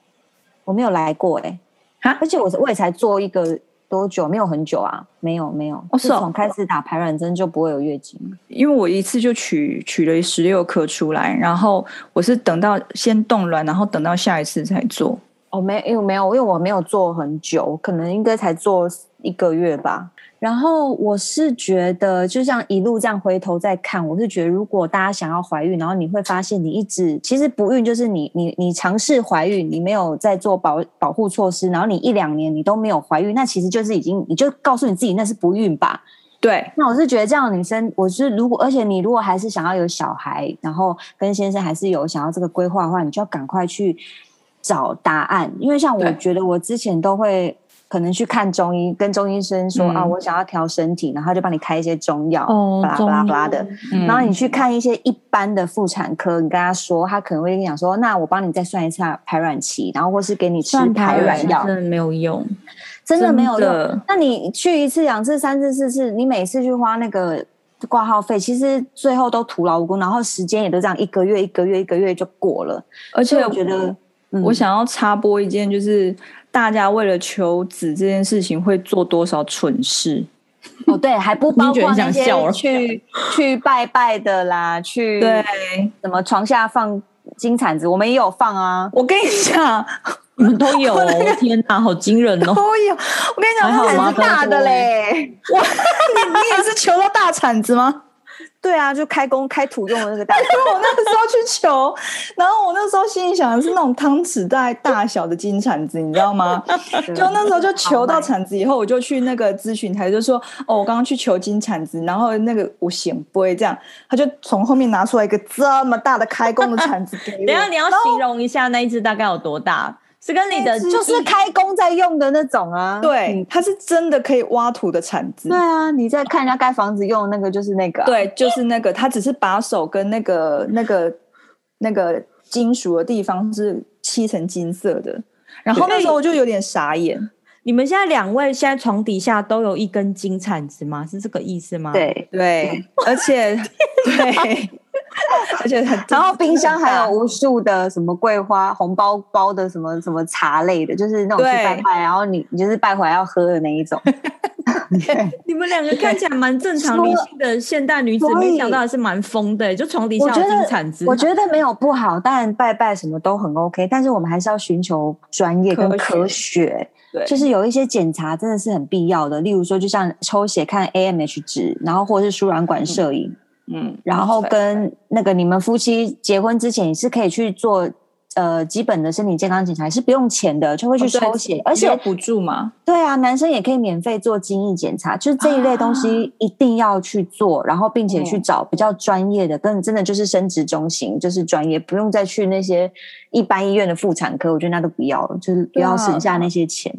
S1: 我没有来过哎、
S4: 啊
S1: 而且我我也才做一个多久，没有很久啊，没有没有。
S4: 哦
S1: 自
S4: 是哦
S1: 从开始打排卵针就不会有月经。
S4: 因为我一次就取取了十六颗出来，然后我是等到先冻卵，然后等到下一次才做。
S1: 哦，没，因为没有，因为我没有做很久，可能应该才做一个月吧。然后我是觉得，就像一路这样回头再看，我是觉得，如果大家想要怀孕，然后你会发现，你一直其实不孕就是你你你尝试怀孕，你没有在做保保护措施，然后你一两年你都没有怀孕，那其实就是已经你就告诉你自己那是不孕吧。
S4: 对，
S1: 那我是觉得这样的女生，我是如果，而且你如果还是想要有小孩，然后跟先生还是有想要这个规划的话，你就要赶快去找答案。因为像我
S4: 对
S1: 觉得我之前都会可能去看中医，跟中医生说、
S4: 嗯
S1: 啊，我想要调身体，然后他就帮你开一些中药，
S4: 哦
S1: 巴拉巴拉巴拉的。
S4: 嗯
S1: 然后你去看一些一般的妇产科，你跟他说，他可能会跟你讲说，那我帮你再算一下排卵期，然后或是给你吃排卵药，
S2: 真的没有用。
S1: 真的没有用。
S4: 的
S1: 那你去一次、两次、三次、四次，你每次去花那个挂号费，其实最后都徒劳无功，然后时间也都这样一个月、一个月、一个月就过了。
S4: 而
S1: 所以
S4: 且
S1: 我觉得，嗯
S4: 我想要插播一件，就是大家为了求子这件事情会做多少蠢事？
S1: 哦，对，还不包
S4: 你觉得
S1: 括
S4: 你
S1: 那
S4: 想
S1: 些
S4: 笑了
S1: 去 去拜拜的啦，去
S4: 对，
S1: 什么床下放金铲子，我们也有放啊。
S4: 我跟你讲，
S2: 你们都有、哦，天哪，好惊人哦！
S4: 都有。我跟你讲，
S2: 还好
S4: 他
S2: 吗
S1: 还
S4: 们
S1: 是大的嘞，
S4: 我你你也是求到大铲子吗？
S1: 对啊，就开工开土用的那个大的，
S4: 我那个时候去求，然后我那时候心里想的是那种汤匙大概大小的金铲子，你知道吗？就那时候就求到铲子以后，我就去那个咨询台就说，哦，我刚刚去求金铲子，然后那个我显杯这样，他就从后面拿出来一个这么大的开工的铲子给我，
S2: 等一下你要形容一下那一只大概有多大？是跟你的
S1: 就是开工在用的那种啊。
S4: 对，它是真的可以挖土的铲子
S1: 对，啊，你在看人家盖房子用的那个就是那个啊、
S4: 对，就是那个，它只是把手跟那个那个那个金属的地方是漆成金色的。然后那时候我就有点傻眼，
S2: 你们现在两位现在床底下都有一根金铲子吗？是这个意思吗？，
S1: 对，
S4: 对，而且对， 而且很
S1: 然后冰箱还有
S4: 有
S1: 无数的什么桂花、红包包的什么什么茶类的，就是那种去
S4: 对
S1: 拜拜，然后你你就是拜回来要喝的那一种。
S2: 你们两个看起来蛮正常
S1: 说
S2: 理性的现代女子，
S1: 所以
S2: 没想到还是蛮疯的、欸就床底下
S1: 我觉
S2: 有
S1: 得
S2: 金铲子。
S1: 我觉得没有不好，当然拜拜什么都很 OK，但是我们还是要寻求专业跟科
S4: 科
S1: 学。
S4: 对
S1: 就是有一些检查真的是很必要的，例如说就像抽血看 AMH 值，然后或者是输卵管摄影，
S4: 嗯，
S1: 然后跟那个你们夫妻结婚之前，你是可以去做呃基本的身体健康检查，是不用钱的，就会去
S4: 哦对
S1: 抽血，而
S4: 有
S1: 且
S4: 补助嘛，
S1: 对啊，男生也可以免费做精液检查，就是这一类
S2: 啊
S1: 东西一定要去做，然后并且
S2: 嗯
S1: 去找比较专业的，跟真的就是生殖中心就是专业，不用再去那些一般医院的妇产科，我觉得那都不要了，就是不
S4: 对啊
S1: 要省
S2: 嗯
S1: 下那些钱。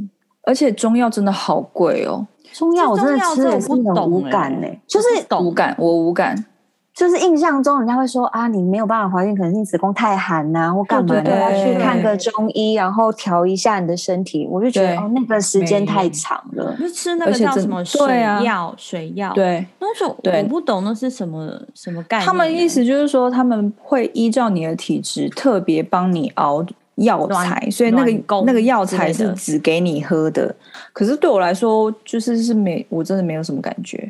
S4: 而且中药真的好贵哦，
S1: 中药我真的
S2: 中药
S1: 吃
S2: 这
S1: 也
S2: 我
S1: 是
S2: 不
S1: 很
S2: 懂
S1: 无
S2: 欸
S1: 感呢、就是
S2: 我不懂
S4: 无感，我无感，
S1: 就是印象中人家会说啊，你没有办法怀孕，可能是你子宫太寒呐、或干嘛
S4: 对
S1: 的，
S4: 对
S1: 去看个中医，然后调一下你的身体。我就觉得
S4: 对
S1: 哦，那个时间
S4: 没
S1: 太长了。
S2: 就吃那个
S4: 而且
S2: 叫
S4: 真
S2: 什么水
S4: 对啊
S2: 药、水药，，
S4: 对。
S2: 那时候
S4: 对
S2: 我不懂那是什么什么概念欸、
S4: 他们意思就是说，他们会依照你的体质特别帮你熬药材，
S2: 暖
S4: 所以那
S2: 暖
S4: 个
S2: 宫
S4: 那个药材
S2: 之类
S4: 是
S2: 的
S4: 只给你喝的。可是对我来说，就是是没，我真的没有什么感觉，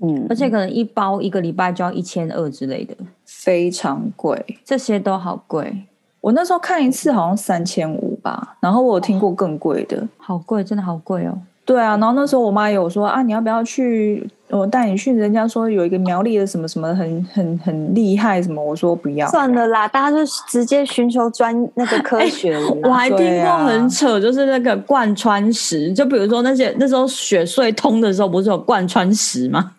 S1: 嗯
S2: 而，且可能一包一个礼拜就要一千二之类的，
S4: 非常贵。
S2: 这些都好贵，
S4: 我那时候看一次好像三千五吧，然后我有听过更贵的。
S2: 好贵，真的好贵哦。
S4: 对啊，然后那时候我妈也有说啊，你要不要去我带你去，人家说有一个苗栗的什么什么很很很厉害什么，我说不要，
S1: 算了啦，大家就直接寻求专那个科学了啦。
S2: 我还听
S4: 对
S2: 过
S4: 啊
S2: 很扯，就是那个贯穿石，就比如说那些那时候雪隧通的时候，不是有贯穿石吗？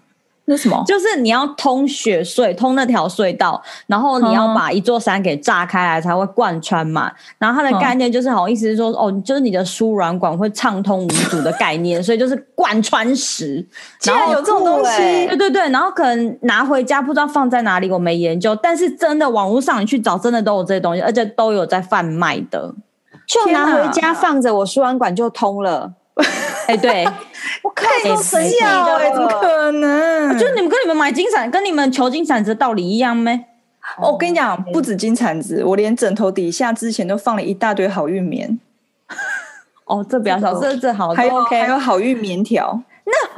S4: 那什么
S2: 就是你要通雪隧，通那条隧道，然后你要
S4: 嗯
S2: 把一座山给炸开来才会贯穿嘛。然后它的
S4: 嗯
S2: 概念就是好，意思是说，哦，就是你的输卵管会畅通无阻的概念，所以就是贯穿石。
S4: 竟然有这种东西
S2: 对对对，然后可能拿回家不知道放在哪里，我没研究，但是真的网络上你去找，真的都有这些东西，而且都有在贩卖 的。
S1: 就
S4: 天
S1: 拿
S4: 哪
S1: 回家放着，我输卵管就通了。
S2: 哎，对，
S1: 我靠，
S2: 太
S1: 这么神奇
S4: 笑哎、怎么
S1: 的！
S4: 可能？
S2: 就是你们跟你们买金伞，跟你们求金伞子的道理一样咩？
S4: 哦我跟你讲，不止金铲子，我连枕头底下之前都放了一大堆好运棉，
S2: 哦，这不要笑，这这好，
S4: 还
S2: 这
S4: 有
S2: OK
S4: 还有好运棉条，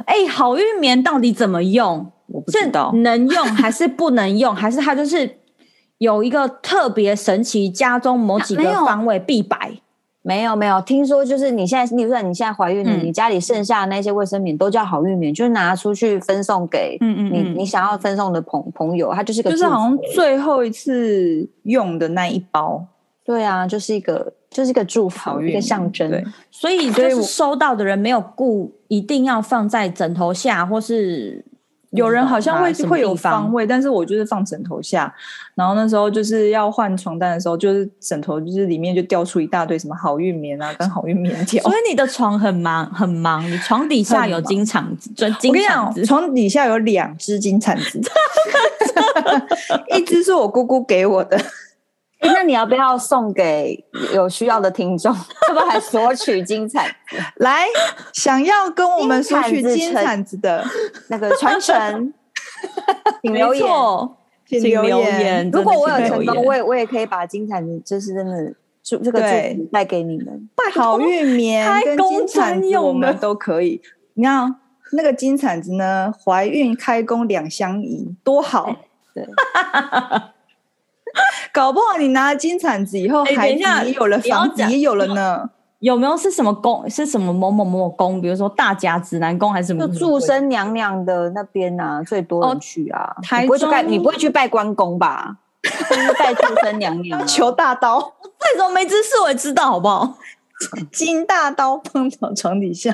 S2: 哎、好运棉到底怎么用？
S4: 我不
S2: 是
S4: 知道。
S2: 能用还是不能用， 还是它就是有一个特别神奇，家中某几个
S1: 没有
S2: 方位必摆？
S1: 没有没有，听说就是你现在，你算你现在怀孕了，
S2: 嗯
S1: 你家里剩下的那些卫生棉都叫好运棉，就拿出去分送给
S2: 嗯嗯
S1: 你
S2: 嗯
S1: 你想要分送的朋朋友，它就是个
S4: 就是
S1: 祝
S4: 好像
S1: 福
S4: 最后一次用的那一包
S1: 对啊，就是一个就是一个祝
S4: 好
S1: 福，
S4: 运
S1: 一个
S4: 棉
S1: 象征。
S4: 对
S2: 所以
S4: 所
S2: 就
S4: 以
S2: 是
S4: 我
S2: 收到的人没有顾，一定要放在枕头下，或是
S4: 有人好像会
S2: 嗯什么
S4: 会有
S2: 地方
S4: 方位，但是我就是放枕头下。然后那时候就是要换床单的时候，就是枕头就是里面就掉出一大堆什么好运棉啊，跟好运棉条。
S2: 所以你的床很忙很忙，你床底下
S4: 很
S2: 有
S4: 忙
S2: 金铲子，就
S4: 我
S2: 金
S4: 跟你
S2: 铲
S4: 讲
S2: 子，，
S4: 床底下有两只金铲子， 一只是我姑姑给我的，
S1: 诶那你要不要送给有需要的听众？ 要不要还索取金彩
S4: 来想要跟我们索取金
S1: 金铲
S4: 铲子的，
S1: 那个传承？请留
S2: 没
S1: 言。
S2: 错，
S4: 请
S2: 请留
S4: 言。
S2: 言。
S1: 如果我有
S2: 真的请
S1: 成
S2: 留
S1: 功，
S2: 言
S1: 我也我也可以把金铲子就是真的祝这个
S4: 对
S1: 祝福带给你们。
S4: 好运棉
S2: 开
S4: 跟
S2: 工
S4: 金铲
S2: 专
S4: 子
S2: 用
S4: 我们
S2: 的
S4: 都可以。你看哦那个金铲子呢，怀孕开工两相宜，多好。
S1: 对，
S4: 搞不好你拿了金铲子以后，
S2: 哎
S4: 孩
S2: 等一下
S4: 子也有了，
S2: 你要
S4: 房子
S2: 讲
S4: 也有了 呢。
S2: 有没有是什么宫？是什么某某某宫？比如说大甲指南宫还是什么？
S1: 就祝生娘娘的那边啊，最多人去啊。
S2: 台
S1: 你不会去拜，
S2: 中
S1: 你不会去拜关公吧？就是拜祝生娘娘啊、
S4: 求大刀，
S2: 为什么没知识？我也知道好不好？
S4: 金大刀碰到床底下，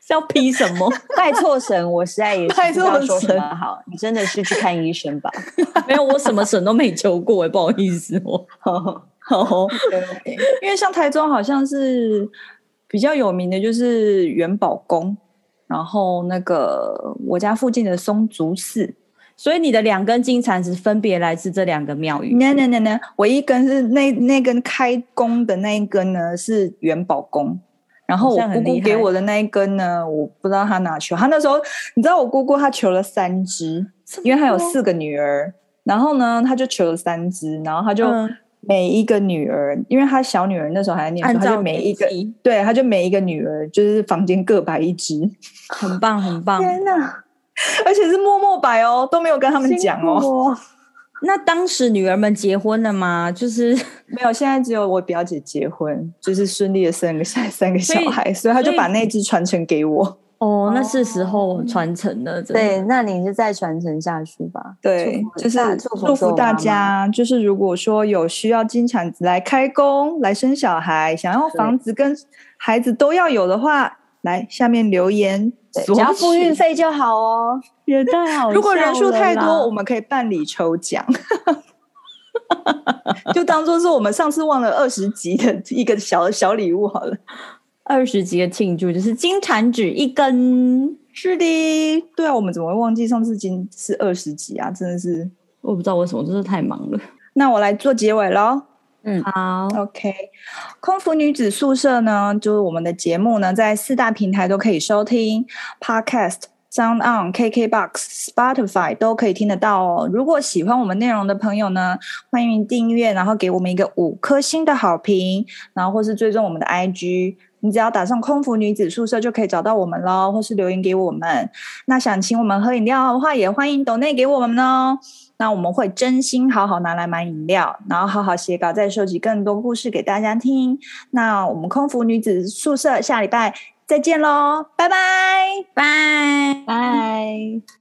S2: 是要批什 么？
S1: 拜错神，我实在也是
S4: 拜
S1: 不知道
S4: 错
S1: 说什
S4: 神
S1: 么好。你真的是去看医生吧？
S2: 没有，我什么神都没求过，不好意思哦。
S4: 哦，因为像台中好像是比较有名的就是元宝宫，然后那个我家附近的松竹寺。
S2: 所以你的两根金蝉子分别来自这两个庙宇。
S4: 那那那那，我一根是那那根开工的那一根呢是元宝宫，然后
S2: 好
S4: 我
S2: 像
S4: 姑
S2: 很厉
S4: 姑给
S2: 害哦
S4: 我的那一根呢，我不知道她哪求。她那时候你知道我姑姑她求了三只，因
S2: 哦
S4: 为她有四个女儿，然后呢她就求了三只，然后她就
S2: 嗯
S4: 每一个女儿，因为她小女儿那时候还在念书，
S2: 按
S4: 她就
S2: 照
S4: 每一个
S2: 年纪
S4: 对，她就每一个女儿就是房间各摆一只，
S2: 很棒，很棒。
S1: 哪，
S4: 而且是默默摆哦，都没有跟他们讲哦。
S1: 哦。
S2: 那当时女儿们结婚了吗？就是
S4: 没有，现在只有我表姐结婚，就是顺利的生了下三个小
S2: 所以
S4: 孩，所以她就
S2: 所以
S4: 把那只传承给我。
S2: 哦，那是时候传承了。真的
S1: 对，那你是再传承下去吧。
S4: 对，
S1: 祝福
S4: 就是
S1: 大祝福
S4: 祝
S1: 给我
S4: 福大
S1: 妈妈
S4: 家，就是如果说有需要金铲子来开工、来生小孩，想要房子跟孩子都要有的话，来下面留言
S1: 对，
S4: 索
S1: 只要付运
S4: 取。
S1: 费就好哦。
S2: 也太好
S4: 如果人数太
S2: 笑了
S4: 多，
S2: 啦
S4: 我们可以办理抽奖， 就当做是我们上次忘了二十集的一个小小礼物好了。
S2: 二十集的庆祝就是金蝉指一根，
S4: 是的，对啊，我们怎么会忘记上次已经是二十集啊？真的是。
S2: 我不知道为什么，真是太忙了。
S4: 那我来做结尾喽。
S2: 好，
S4: OK，空服女子宿舍呢，就是我们的节目呢，在四大平台都可以收听，Podcast、Sound On、KKBox、Spotify 都可以听得到哦。如果喜欢我们内容的朋友呢，欢迎订阅，然后给我们一个五颗星的好评，然后或是追踪我们的 IG。你只要打上“空服女子宿舍”就可以找到我们喽，或是留言给我们。那想请我们喝饮料的话，也欢迎抖内给我们哦。那我们会真心好好拿来买饮料，然后好好写稿，再收集更多故事给大家听。那我们空服女子宿舍下礼拜
S5: 再见喽，拜拜。
S4: 拜。
S6: 拜。